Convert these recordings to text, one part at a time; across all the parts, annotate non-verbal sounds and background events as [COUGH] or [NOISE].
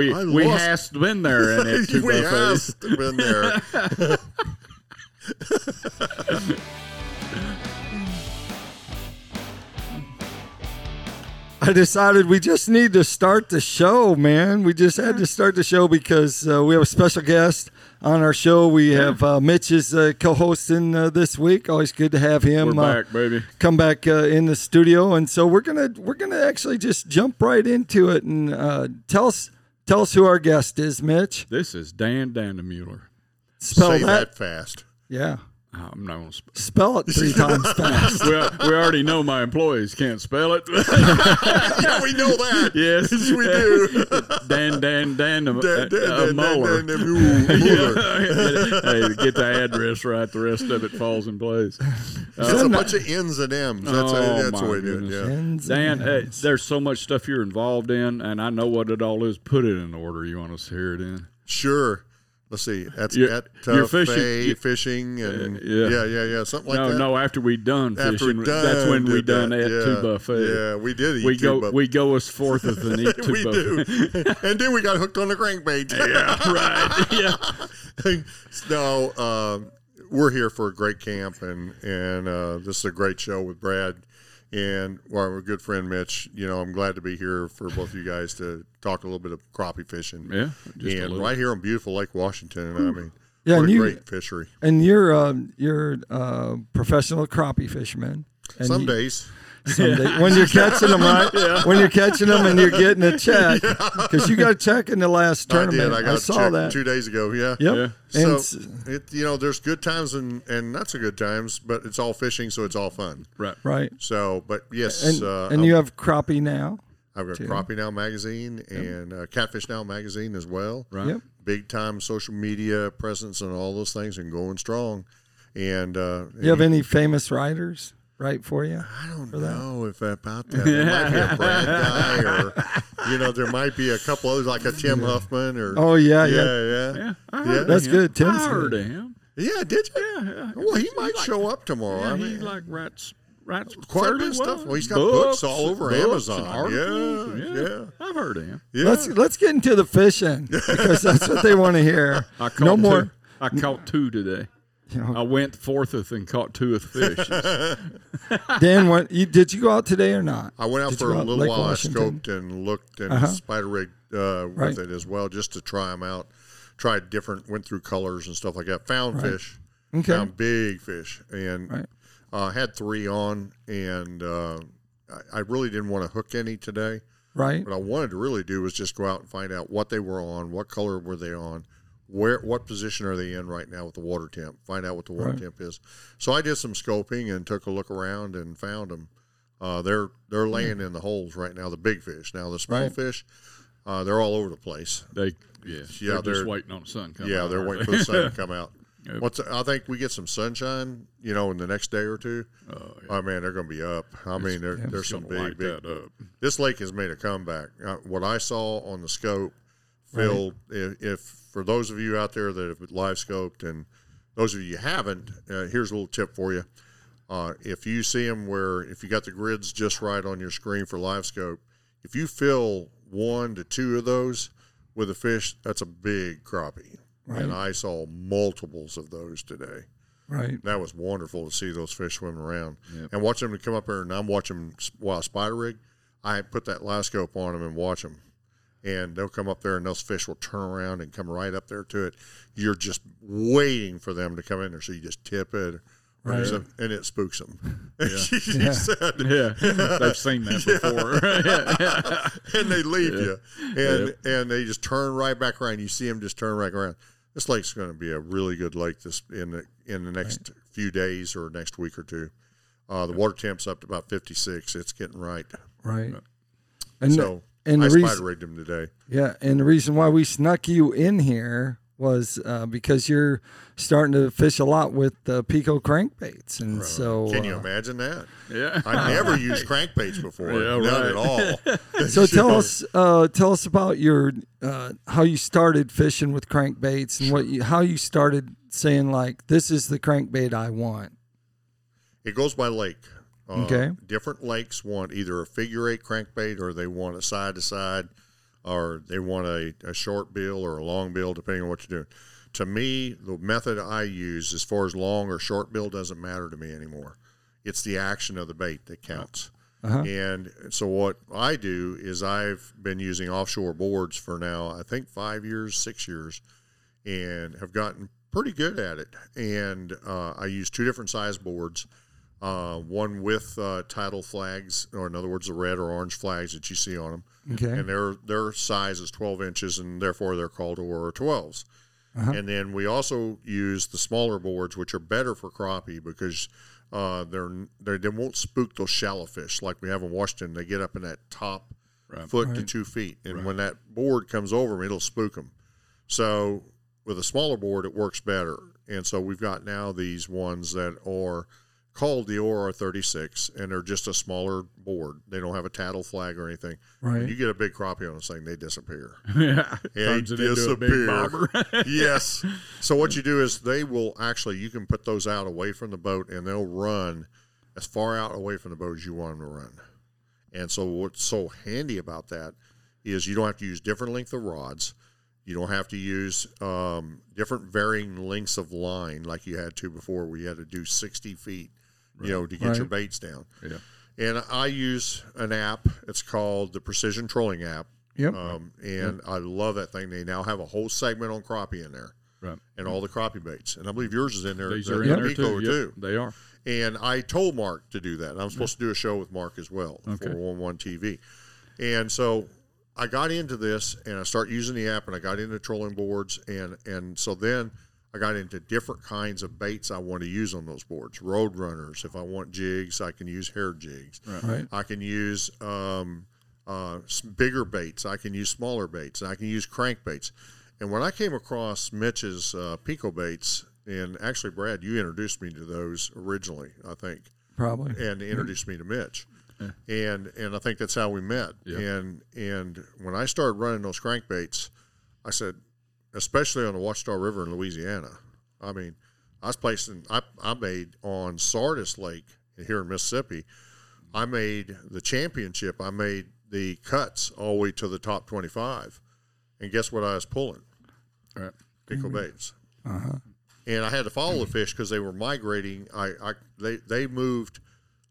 We I we lost- has been there in it [LAUGHS] too we buffets. have [LAUGHS] been there. [LAUGHS] I decided we just need to start the show, man. We just had to start the show because uh, we have a special guest on our show. We have uh, Mitch is uh, co-hosting uh, this week. Always good to have him. We're uh, back, baby. Come back uh, in the studio, and so we're gonna we're gonna actually just jump right into it and uh, tell us tell us who our guest is, Mitch. This is Dan Dandemuller. Spell Say that. that fast. [LAUGHS] yeah. I'm not gonna. Sp- Spell it [LAUGHS] three times fast. we, we already know my employees can't spell it. [LAUGHS] Yeah, we know that. yes, we [LAUGHS] do. [LAUGHS] Dan Dan Dan uh, Dan- dan- uh, dan- Muller. dan- dan- [LAUGHS] Mueller. Mueller. hey, get the address right. The rest of it falls in place. It's a bunch of N's and M's. That's, Oh, that's my what we did. goodness. Yeah. Ends Dan, in- hey, there's so much stuff you're involved in, and I know what it all is. Put it in order. You want us to hear it in? Sure. Let's see. That's You're- at you're uh, fishing- fay, you- uh, fishing and yeah. yeah. yeah, yeah, Something like no, that. no. After we done After fishing, we that's when we did done that, at yeah. two buffet. Yeah, we did eat we two go buffet. we go as fortheth and eat two [LAUGHS] we buffet. do. and then we got hooked on the crankbait. [LAUGHS] [LAUGHS] Yeah, right. Yeah. no, um, we're here for a great camp, and and uh, this is a great show with Brad and our good friend Mitch. You know, I'm glad to be here for both you guys to talk a little bit of crappie fishing. Yeah, just a and little. right here on beautiful Lake Washington. I mean, Hmm. Yeah, what and a you- great fishery. And you're um, you're uh, professional crappie fisherman. And Some you- days. someday. when you're catching them, right? When you're catching them and you're getting a [LAUGHS] check, because you got a check in the last I tournament. did. I got saw checked that. two days ago. Yeah. Yep. So And s- it, you know, there's good times and, and not so good times, but it's all fishing, so it's all fun. Right. right. So, but yes, And, uh, and you have crappie now. I've got Crappie Now magazine and uh, Catfish Now magazine as well. Right. Yep. Big time social media presence and all those things and going strong. And uh, You have any famous riders right for you? I don't know if about that. There might be a Brad guy, or you know, there might be a couple others like a Tim Huffman, or Oh yeah, yeah. yeah, yeah, Yeah. I heard of That's him. good. Tim's I heard good. of him. yeah. Did you? Yeah. yeah. Well, he might show up tomorrow. Yeah, I he mean, like writes writes quite a fairly bit of stuff. well. Well, he's got books all and over books and Amazon. articles. Yeah, I've heard of him. yeah. Let's let's get into the fishing [LAUGHS] because that's what they want to hear. I caught No two. more. I caught two today. Yeah. I went fortheth and caught two of [LAUGHS] fish. Dan, what you, did you go out today or not? I went out Did for you a go out little Lake while. I Washington? Uh-huh. scoped and looked and spider rigged uh, Right. with it as well, just to try them out. Tried different, went through colors and stuff like that. Found fish, Okay. found big fish, and Right. uh, had three on. And uh, I, I really didn't want to hook any today. Right. What I wanted to really do was just go out and find out what they were on, what color were they on, where, what position are they in right now with the water temp. Find out what the water temp is. So I did some scoping and took a look around and found them. Uh, they're they're Hmm. laying in the holes right now. The big fish. Now the small Right. fish, uh, they're all over the place. They yeah, Yeah, they're, they're- just waiting on the sun coming. yeah, out, they're aren't waiting they? for [LAUGHS] the sun to come out. Yep. Once I think we get some sunshine, you know, in the next day or two. Oh, man, they're going to be up. I mean, there, there's It's some gonna big, light big that up. [LAUGHS] this lake has made a comeback. Uh, what I saw on the scope, Phil, if, if for those of you out there that have live scoped, and those of you who haven't, uh, here's a little tip for you. Uh, if you see them where, if you got the grids just right on your screen for live scope, if you fill one to two of those with a fish, that's a big crappie. And I saw multiples of those today Right. that was wonderful to see those fish swimming around and watch them to come up here. And I'm watching them s- while I spider rig. I put that live scope on them and watch them, and they'll come up there, and those fish will turn around and come right up there to it. You're just waiting for them to come in there, so you just tip it, or do something, and it spooks [LAUGHS] them. You said- Yeah, they've seen [LAUGHS] that before. [LAUGHS] and they leave you, and and they just turn right back around. You see them just turn right around. This lake's going to be a really good lake this in the in the next few days or next week or two. Uh, the water temp's up to about fifty six. It's getting right. Right. And So and I the reason- spider rigged them today. Yeah, and the reason why we snuck you in here was uh, because you're starting to fish a lot with uh, Pico crankbaits, and so Can you uh, imagine that? yeah, [LAUGHS] [LAUGHS] I never used crankbaits before, Yeah, none right. at all. so [LAUGHS] tell us uh, tell us about your uh, how you started fishing with crankbaits and what you how you started saying like this is the crankbait I want. It goes by lake. Uh, Okay. Different lakes want either a figure eight crankbait or they want a side to side or they want a, a short bill or a long bill, depending on what you're doing. To me, the method I use, as far as long or short bill, doesn't matter to me anymore. It's the action of the bait that counts. And so what I do is I've been using offshore boards for now, I think five years, six years, and have gotten pretty good at it. And uh, I use two different size boards, uh, one with uh, title flags, or in other words, the red or orange flags that you see on them. Okay. And their their size is 12 inches, and therefore they're called Aurora 12s. And then we also use the smaller boards, which are better for crappie because uh, they're they, they won't spook those shallow fish like we have in Washington. They get up in that top foot to two feet, and when that board comes over 'em, it'll spook them. So with a smaller board, it works better. And so we've got now these ones that are called the ORR 36, and they're just a smaller board. They don't have a tattle flag or anything. When Right. you get a big crappie on this thing, they disappear. [LAUGHS] yeah, They turns it into a disappear. big bobber. [LAUGHS] yes. So what you do is they will actually you can put those out away from the boat and they'll run as far out away from the boat as you want them to run. And so what's so handy about that is you don't have to use different length of rods. You don't have to use um, different varying lengths of line like you had to before. We had to do 60 feet, you know, to get your baits down. Yeah. And I use an app. It's called the Precision Trolling app. [LAUGHS] Yep. Um, and I love that thing. They now have a whole segment on crappie in there Right. and all the crappie baits. And I believe yours is in there. These the are in there Pico too. Yep, They are. And I told Mark to do that. And I'm supposed to do a show with Mark as well for 111 TV. And so I got into this and I start using the app and I got into trolling boards. And, and so then I got into different kinds of baits I want to use on those boards. Road runners. If I want jigs, I can use hair jigs. Right. I can use um, uh, s- bigger baits. I can use smaller baits. I can use crankbaits. And when I came across Mitch's uh, pico baits, and actually, Brad, you introduced me to those originally, I think, Probably. and introduced me to Mitch. And and I think that's how we met. And and when I started running those crankbaits, I said, especially on the Watchtower River in Louisiana. I mean, I was placing I, I made on Sardis Lake here in Mississippi. I made the championship. I made the cuts all the way to the top twenty-five, and guess what I was pulling? All right. Pickle baits. And I had to follow the fish because they were migrating. I, I they they moved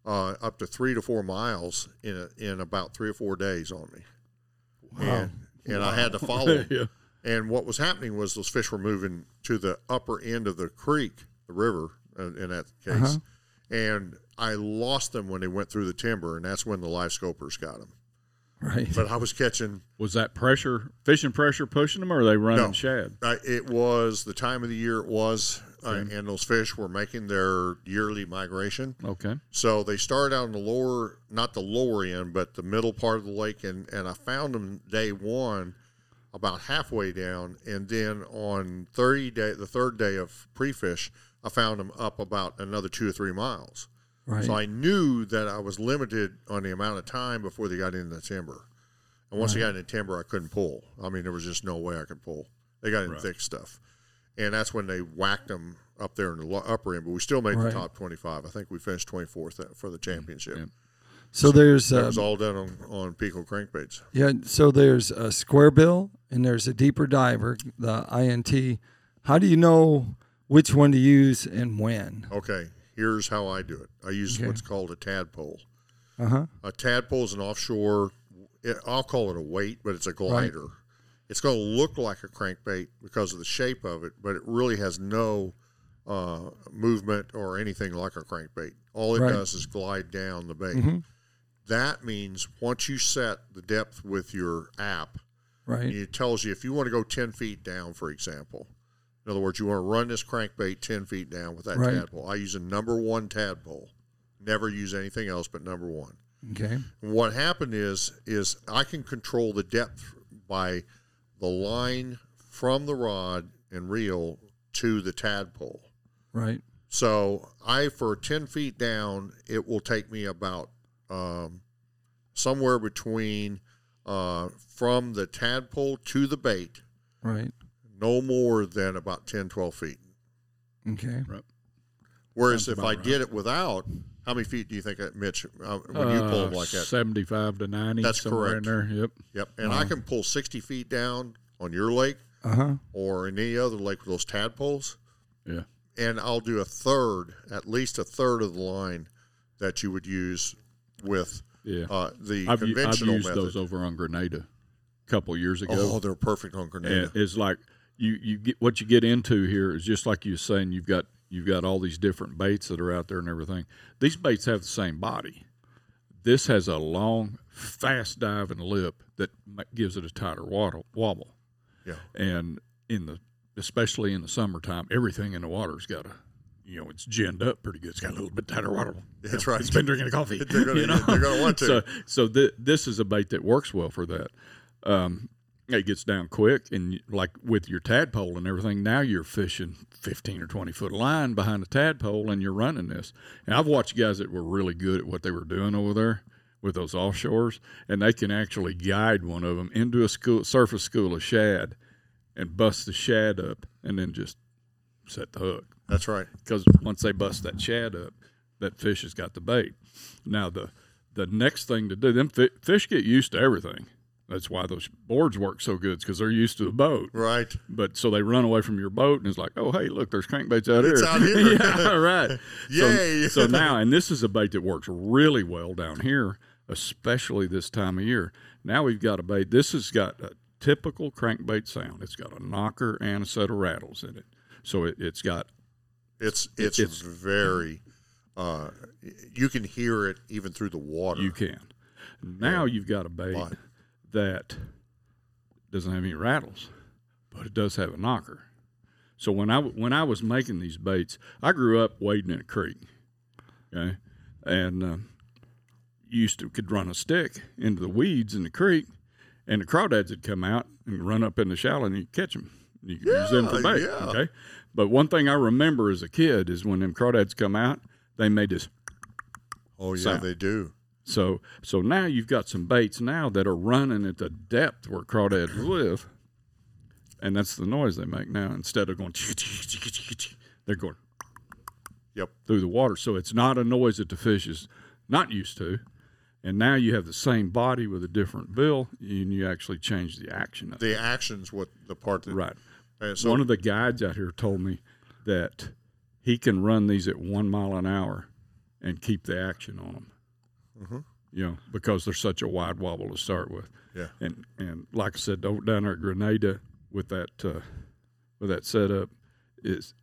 uh, up to three to four miles in a, in about three or four days on me. And, and I had to follow. 'em. [LAUGHS] Yeah. And what was happening was those fish were moving to the upper end of the creek, the river uh, in that case. And I lost them when they went through the timber, and that's when the live scopers got them. Right. But I was catching, Was that pressure, fishing pressure pushing them, or are they running No. shad? uh, it was the time of the year it was, uh, and those fish were making their yearly migration. Okay. So they started out in the lower, not the lower end, but the middle part of the lake, and and I found them day one, about halfway down, and then on thirty day, the third day of pre-fish, I found them up about another two or three miles. Right. So I knew that I was limited on the amount of time before they got into the timber, and once they got into timber, I couldn't pull. I mean, there was just no way I could pull. They got in thick stuff, and that's when they whacked them up there in the lo- upper end. But we still made the Right. Mm-hmm. top twenty-five. I think we finished twenty-fourth at- for the championship. So there's It uh, was all done on, on Pico crankbaits. yeah. So there's a square bill and there's a deeper diver, the INT. How do you know which one to use and when? Okay, here's how I do it. I use what's called a tadpole. Uh huh. A tadpole is an offshore. It, I'll call it a weight, but it's a glider. It's going to look like a crankbait because of the shape of it, but it really has no uh, movement or anything like a crankbait. All it Right. Mm-hmm. does is glide down the bait. That means once you set the depth with your app, Right. and it tells you if you want to go 10 feet down, for example. In other words, you want to run this crankbait 10 feet down with that Right. tadpole. I use a number one tadpole. Never use anything else but number one. Okay. And what happened is, is I can control the depth by the line from the rod and reel to the tadpole. Right. So I, for 10 feet down, it will take me about um, somewhere between uh, from the tadpole to the bait, Right. no more than about 10, 12 feet. Okay. Right. Whereas if I did it without How many feet do you think that Mitch uh, when you pull them like that? seventy-five to ninety. That's somewhere in there. Yep. Yep. And I can pull sixty feet down on your lake Uh-huh. or in any other lake with those tadpoles, Yeah. and I'll do a third, at least a third of the line that you would use with Yeah. uh, the I've, u- I've conventional used method. those over on Grenada a couple years ago. oh, they're perfect on Grenada. And it's like you you get what you get into here is just like you were saying you've got you've got all these different baits that are out there and everything. These baits have the same body. This has a long, fast diving lip that ma- gives it a tighter waddle, wobble. Yeah. And in the especially in the summertime, everything in the water's got a you know it's ginned up pretty good. It's got a little bit tighter waddle. [LAUGHS] That's right. It's been drinking a coffee. They're gonna- you know? they're gonna want to. So so th- this is a bait that works well for that. Um, it gets down quick, and like with your tadpole and everything, now you're fishing 15 or 20 foot line behind a tadpole and you're running this. And I've watched guys that were really good at what they were doing over there with those offshores, and they can actually guide one of them into a school, surface school of shad and bust the shad up and then just set the hook That's right. because once they bust that shad up, that fish has got the bait. Now the the next thing to do, them fi- fish get used to everything. That's why those boards work so good, because they're used to the boat. Right. But so they run away from your boat, and it's like, oh hey, look, there's crankbaits out It's here. out here. [LAUGHS] yeah, [LAUGHS] right. Yay. [LAUGHS] So, so now, and this is a bait that works really well down here, especially this time of year. Now we've got a bait. This has got a typical crankbait sound. It's got a knocker and a set of rattles in it. So it, it's got It's it's, it's- very. Uh, you can hear it even through the water. You can. Now you've got a bait Lot. that doesn't have any rattles, but it does have a knocker. So when I w- when I was making these baits, I grew up wading in a creek, okay, and um, used to could run a stick into the weeds in the creek, and the crawdads would come out and run up in the shallow and you catch them. You could use them for Yeah, bait, yeah. okay. But one thing I remember as a kid is when them crawdads come out, they made this oh yeah, sound. they do. so so now you've got some baits now that are running at the depth where crawdads live, and that's the noise they make now. Instead of going, they're going Yep. through the water. So it's not a noise that the fish is not used to. And now you have the same body with a different bill, and you actually change the action. Of it. The actions what the part that Right. and so One of the guides out here told me that he can run these at one mile an hour and keep the action on them. Mm-hmm. You know, because they're such a wide wobble to start with. Yeah. And and like I said, over down there at Grenada with that uh, with that setup is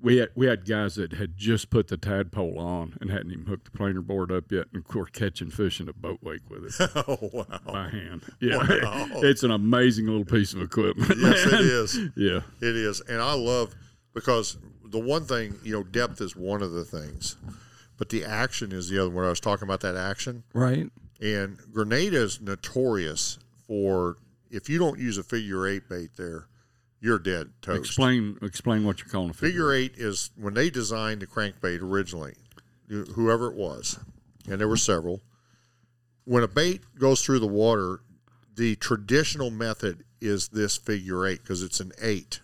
we had we had guys that had just put the tadpole on and hadn't even hooked the planer board up yet, and of course catching fish in a boat wake with it [LAUGHS] oh [LAUGHS] wow. by hand. Yeah, Wow. it's an amazing little piece of equipment. Yes, it man. is. [LAUGHS] Yeah. It is, and I love because the one thing you know, depth is one of the things, but the action is the other. When I was talking about that action, Right. And Grenada is notorious for if you don't use a figure eight bait there, you're dead toast. Explain explain what you're calling a figure. Figure eight is when they designed the crankbait originally, wh- whoever it was, and there were several. When a bait goes through the water, the traditional method is this figure eight because it's an 8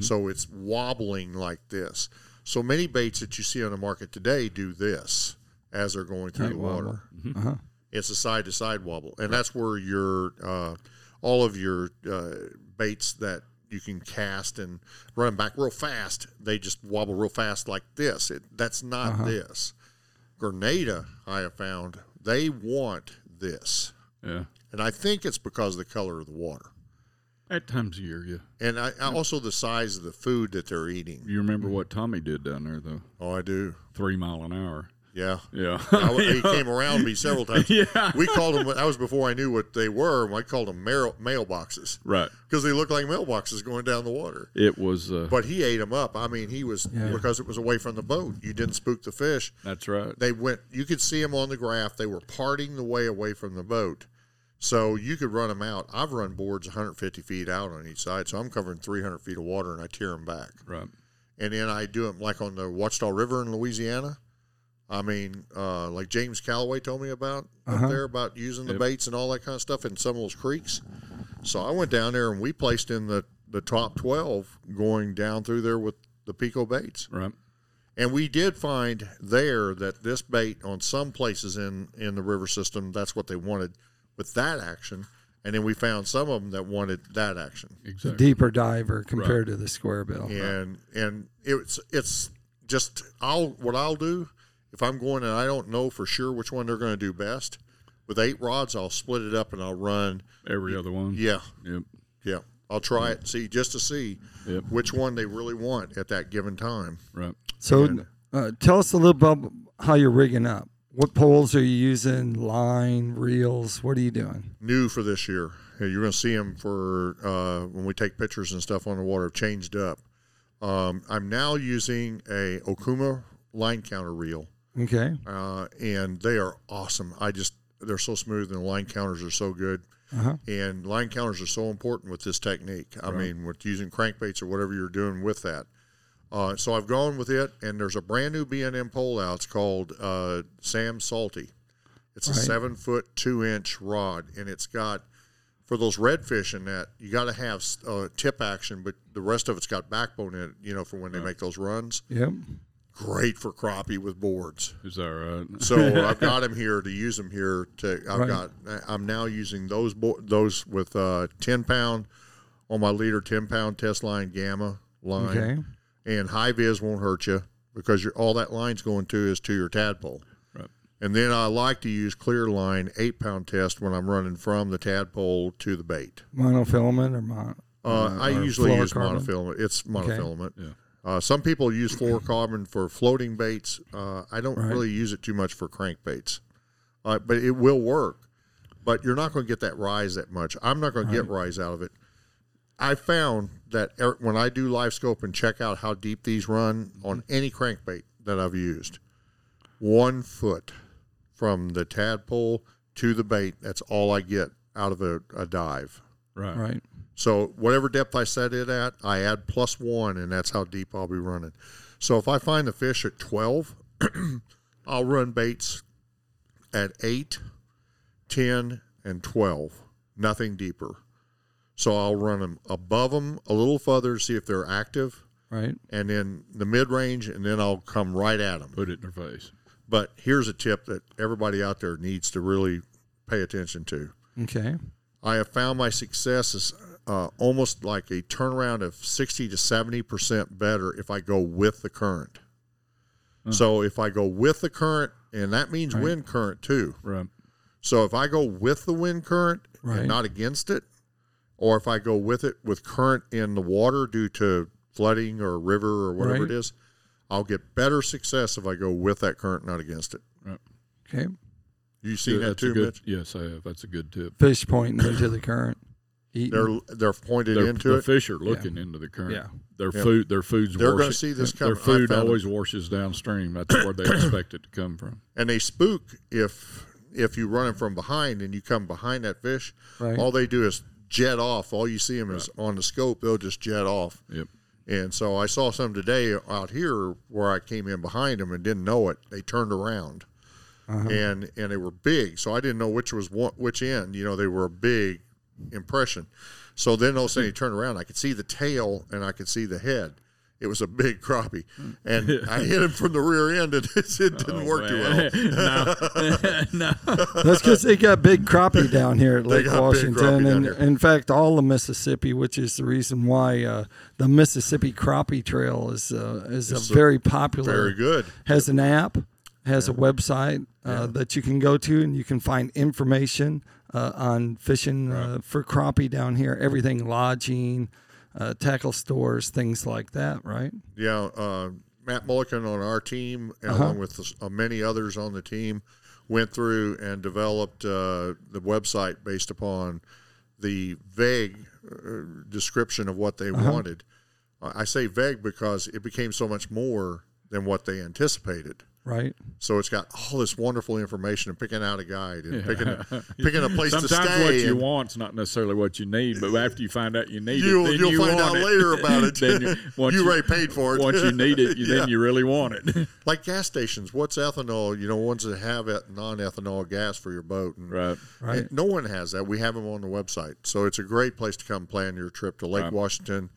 So it's wobbling like this. So many baits that you see on the market today do this as they're going through the water. It's a side to side wobble, and that's where your uh, all of your uh, baits that you can cast and run 'em back real fast. They just wobble real fast like this. It, that's not Uh-huh. this. Grenada, I have found they want this, Yeah. and I think it's because of the color of the water, At times of year, yeah. and I, Hmm. I also the size of the food that they're eating. You remember what Tommy did down there though? Oh, I do. Three mile an hour. [LAUGHS] Yeah. Oh, Yeah. I, w- he came around me several [LAUGHS] times. Yeah. We called them. That was before I knew what they were. I called them mail, mailboxes. right. because they look like mailboxes going down the water. It was. Uh, But he ate them up. I mean, he was because it was away from the boat. You didn't spook the fish. that's right. They went. You could see them on the graph. They were parting the way away from the boat, so you could run them out. I've run boards 150 feet out on each side, so I'm covering 300 feet of water, and I tear them back. Right. And then I do them like on the Watchdaw River in Louisiana. I mean, uh, like James Calloway told me about up there about using the baits and all that kind of stuff in some of those creeks. So I went down there and we placed in the, the top 12 going down through there with the Pico baits. Right. And we did find there that this bait on some places in, in the river system, that's what they wanted with that action. And then we found some of them that wanted that action. The Exactly. deeper diver compared to the square bill. And and it's it's just I'll what I'll do if I'm going and I don't know for sure which one they're going to do best. With eight rods, I'll split it up and I'll run. Every other one. Yeah, Yep. yeah. I'll try it, see just to see Yep. which one they really want at that given time. Right. So uh, tell us a little about how you're rigging up. What poles are you using? Line, reels? What are you doing? new for this year. And You're going to see them for uh, when we take pictures and stuff on the water. Changed up. Um, I'm now using a Okuma line counter reel, Okay. uh, and they are awesome. I just they're so smooth, and the line counters are so good. Uh-huh. And line counters are so important with this technique. I mean, with using crankbaits or whatever you're doing with that. Uh, so I've gone with it, and there's a brand new B&M pole out. It's called uh, Sam Salty. It's a Right. seven foot two inch rod, and it's got for those redfish in that you got to have uh, tip action, but the rest of it's got backbone in it. You know, for when they make those runs, Yep. great for crappie with boards. Is that right? So [LAUGHS] I've got them here to use them here. To I've Right. got I'm now using those bo- those with uh, ten pound on my leader ten pound test line gamma line, Okay. and high vis won't hurt you because you're, all that line's going to is to your tadpole. Right. And then I like to use clear line eight pound test when I'm running from the tadpole to the bait. Monofilament or mon? Uh, I or usually use fluorocarbon? monofilament. It's monofilament. Yeah. Uh, some people use fluorocarbon for floating baits. Uh, I don't Right. really use it too much for crankbaits, uh, but it will work. But you're not going to get that rise that much. I'm not going to get rise out of it. I found that er- when I do live scope and check out how deep these run on Mm-hmm. any crankbait that I've used, one foot from the tadpole to the bait, that's all I get out of a, a dive. Right. Right. So whatever depth I set it at, I add plus one, and that's how deep I'll be running. So if I find the fish at twelve, [CLEARS THROAT] I'll run baits at eight, 10, and twelve. Nothing deeper. So I'll run them above them a little further, see if they're active, Right. and then the mid range, and then I'll come right at them. Put it in their face. But here's a tip that everybody out there needs to really pay attention to. Okay. I have found my success is uh, almost like a turnaround of 60 to 70% better if I go with the current. Hmm. So if I go with the current, and that means wind current too. Right. So if I go with the wind current Right. and not against it, or if I go with it with current in the water due to flooding or river or whatever Right. it is, I'll get better success if I go with that current, not against it. Right. Okay. You seen that That's a too, good, Mitch? Yes, I have. That's a good tip. Fish pointing into the current. Eating. They're they're pointed They're- into the it. fish are looking into the current. Yeah. Their food, their food's They're going to washing- see this coming. Their I food found it. always washes downstream. That's where [COUGHS] they expect it to come from. and they spook if if you run them from behind and you come behind that fish Right. all they do is jet off all you see them is on the scope they'll just jet off Yep. and so i saw some today out here where i came in behind them and didn't know it they turned around and and they were big so i didn't know which was what which end you know they were a big impression so then all of a sudden he turned around i could see the tail and i could see the head it was a big crappie and i hit him from the rear end and [LAUGHS] it didn't work too well That's because they got big crappie [LAUGHS] down here at Lake got big crappie Washington, down and here. in fact, all of Mississippi, which is the reason why uh, the Mississippi Crappie Trail is uh, is a very popular. Very good. Has an app, has a website uh, that you can go to, and you can find information uh, on fishing uh, for crappie down here. Everything lodging, uh, tackle stores, things like that. Right. Yeah, uh, Matt Mulligan on our team, and Uh-huh. along with uh, many others on the team, went through and developed uh, the website based upon the vague uh, description of what they Uh-huh. wanted. Uh, I say vague because it became so much more than what they anticipated. Right. So it's got all this wonderful information and picking out a guide [LAUGHS] and picking picking a place to Sometimes stay. what you and- want's not necessarily what you need, but after you find out you need You'll- it, then you'll you find want out it. later [LAUGHS] about it. Then [LAUGHS] you, once You already paid for it. Once you need [LAUGHS] it, you, then you really want it. [LAUGHS] like gas stations, what's ethanol? You know, ones that have et- non-ethanol gas for your boat. And, right. Right. and no one has that. We have them on the website, so it's a great place to come plan your trip to Lake Washington,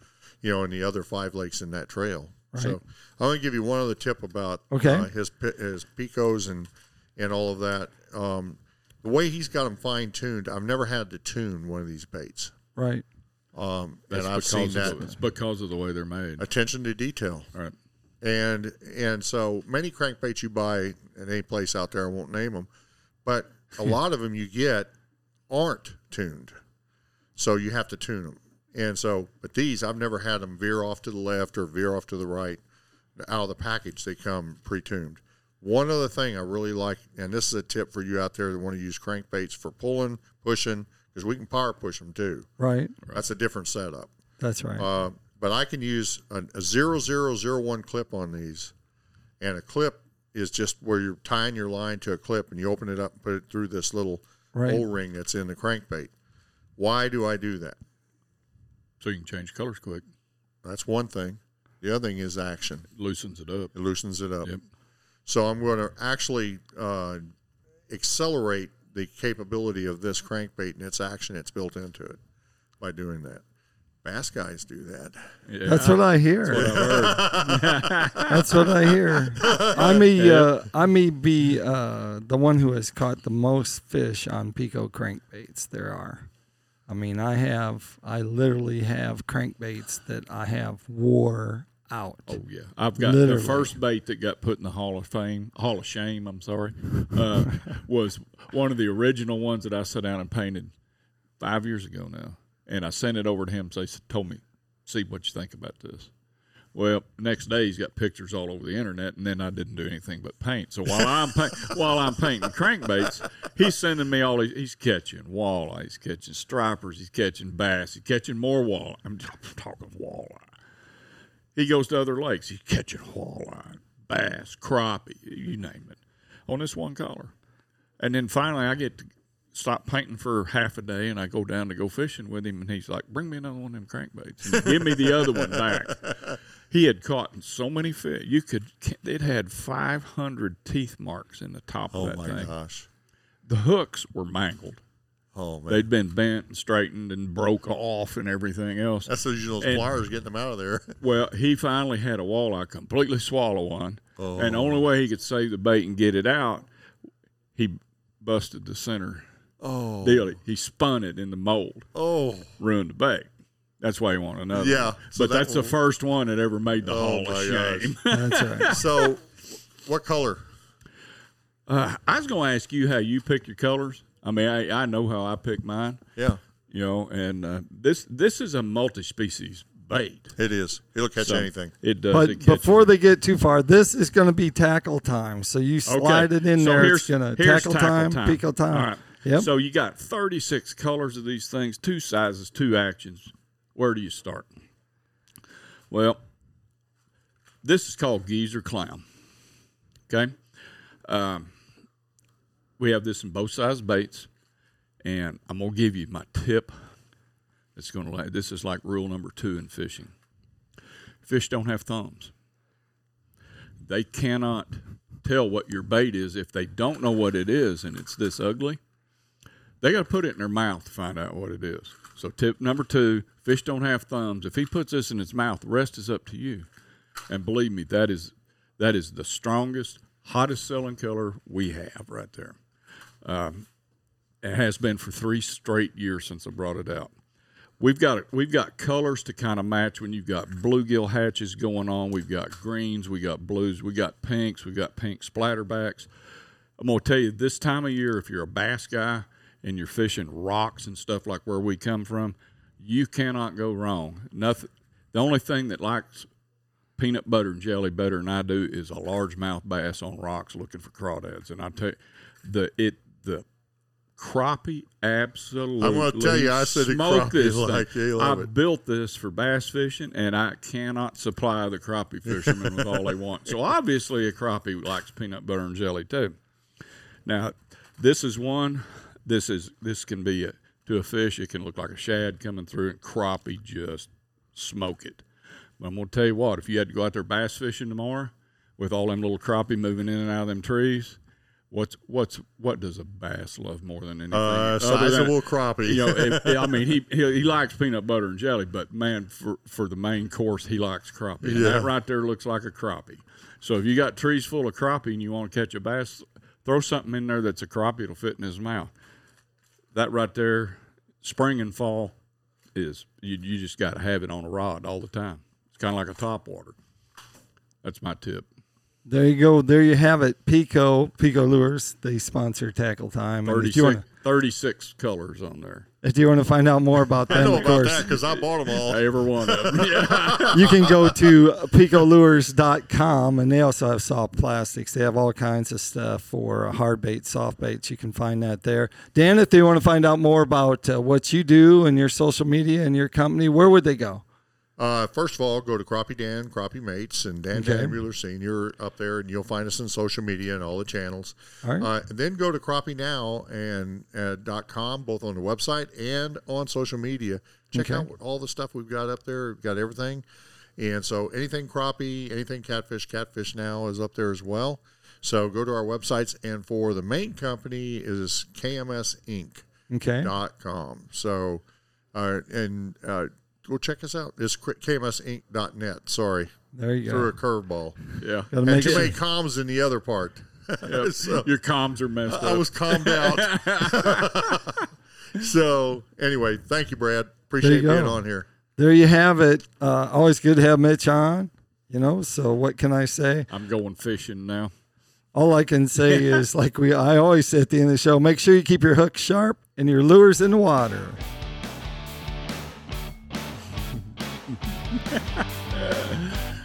you know, and the other five lakes in that trail. So I'm going to give you one other tip about Okay. uh, his pi- his picos and and all of that. Um, the way he's got them fine tuned, I've never had to tune one of these baits, Right. um, That's and I've because seen of that The, it's because of the way they're made. attention to detail. All right. and and so many crankbaits you buy at any place out there, I won't name them, but a lot of them you get aren't tuned, so you have to tune them. And so, but these I've never had them veer off to the left or veer off to the right. Out of the package, they come pre-tuned. One other thing I really like, and this is a tip for you out there that want to use crankbaits for pulling, pushing, because we can power push them too. Right. That's a different setup. That's right. Uh, but I can use a, a 0001 clip on these. And a clip is just where you're tying your line to a clip and you open it up and put it through this little Right. O ring that's in the crankbait. Why do I do that? So you can change colors quick. That's one thing. The other thing is action, Loosens it up. it loosens it up. Yep. So I'm going to actually uh, accelerate the capability of this crankbait and its action that's built into it by doing that. Bass guys do that. Yeah. that's what I hear. That's what I hear. I [LAUGHS] may, uh, I may be uh, the one who has caught the most fish on pico crankbaits there are. I mean, I have, I literally have crankbaits that I have wore out. Oh yeah, I've got Literally. the first bait that got put in the Hall of Fame, Hall of Shame. I'm sorry, uh, was one of the original ones that I sat down and painted five years ago now, and I sent it over to him. So he said, told me, see what you think about this. Well, next day he's got pictures all over the internet, and then I didn't do anything but paint. So while I'm paint, while I'm painting crankbaits, he's sending me all these. He's catching walleye, he's catching stripers, he's catching bass, he's catching more walleye. I'm talking walleye. He goes to other lakes. He's catching walleye, bass, crappie, you name it, on this one collar. And then finally, I get to stop painting for half a day, and I go down to go fishing with him, and he's like, "Bring me another one of them crankbaits. And give me the other one [LAUGHS] back." He had caught so many fish. You could. It had 500 teeth marks in the top of Oh that my thing. gosh. The hooks were mangled. Oh man. They'd been bent and straightened and broke off and everything else. That's the usual And- pliers getting them out of there. [LAUGHS] Well, he finally had a walleye completely swallow one, Oh. and the only way he could save the bait and get it out, he busted the center Oh, deal. He spun it in the mold, oh, ruined the bait. That's why he wanted another. Yeah, one. so Uh, but that that's one- the first one that ever made the Oh, hall of my shame. That's right. so what color? [LAUGHS] Uh, I was going to ask you how you pick your colors. I mean, I, I know how I pick mine. Yeah, You know, and uh, this this is a multi-species bait. it is. It'll catch So anything. It does. it But catches before they get too far, this is going to be tackle time. So you slide it in so there. Here's, It's going to here's tackle, time, pico time. All right. Yep. So you got 36 colors of these things, two sizes, two actions. Where do you start? Well, this is called geezer clown. Okay. Um, we have this in both size baits, and I'm gonna give you my tip. It's gonna like this is like rule number two in fishing. Fish don't have thumbs they cannot tell what your bait is if they don't know what it is and it's this ugly. They got to put it in their mouth to find out what it is. So, tip number two fish don't have thumbs. If he puts this in his mouth, the rest is up to you. And believe me, that is that is the strongest, hottest selling color we have right there. Um, it has been for three straight years since I brought it out. We've got we've got colors to kind of match when you've got bluegill hatches going on. We've got greens, we got blues, we got pinks, we got pink splatterbacks. I'm gonna tell you this time of year, if you're a bass guy and you're fishing rocks and stuff like where we come from, you cannot go wrong. Nothing. The only thing that likes peanut butter and jelly better than I do is a largemouth bass on rocks looking for crawdads. And I tell you, the it the crappie absolutely. tell you, I said the smoked this crappie like thing. they love I it. built this for bass fishing, and I cannot supply the [LAUGHS] crappie fishermen with all they want. So obviously, a crappie likes peanut butter and jelly too. Now, this is one. This is this can be a, to a fish. It can look like a shad coming through, and crappie just smoke it. But I'm gonna tell you what. If you had to go out there bass fishing tomorrow, with all them little crappie moving in and out of them trees, What's what's what does a bass love more than anything? Uh, other than- sizable crappie. you [LAUGHS] know, if- [LAUGHS] I mean, he, he he likes peanut butter and jelly, but man, for for the main course, he likes crappie. And Yeah. That right there looks like a crappie. So if you got trees full of crappie and you want to catch a bass, throw something in there that's a crappie. It'll fit in his mouth. That right there, spring and fall is you you just got to have it on a rod all the time. It's kind of like a top water. That's my tip. There you go. There you have it. Pico, Pico Lures, they sponsor Tackle Time. And if you 36, want 36 colors on there. if you want to find out more [LAUGHS] about I them, know of about course, that because I bought them all. Every one of [LAUGHS] them. yeah. you can go to picolures.com and they also have soft plastics. They have all kinds of stuff for uh, hard bait, soft baits. You can find that there. Dan, if they want to find out more about uh, what you do and your social media and your company, where would they go? Uh, first of all, go to Crappie Dan, Crappie Mates, and Dan Okay. Dan Mueller Senior up there, and you'll find us on social media and all the channels. All right. Uh, then go to Crappie Now and uh, dot .com, both on the website and on social media. Check Okay. out all the stuff we've got up there. We've got everything, and so anything crappie, anything catfish, catfish now is up there as well. So go to our websites, and for the main company is KMS Inc Okay. dot com. So, uh, and uh, go check us out. It's cri- kmsinc.net. Sorry, There you threw go. a curveball. Yeah. Gotta And make too sure- many comms in the other [LAUGHS] part. so Your comms are messed up. I was calmed out. [LAUGHS] so anyway, thank you, Brad. Appreciate go. being on here. There you have it. Uh, always good to have Mitch on, you know. So what can I say? I'm going fishing now. All I can say is like we I always say at the end of the show, make sure you keep your hook sharp and your lures in the water.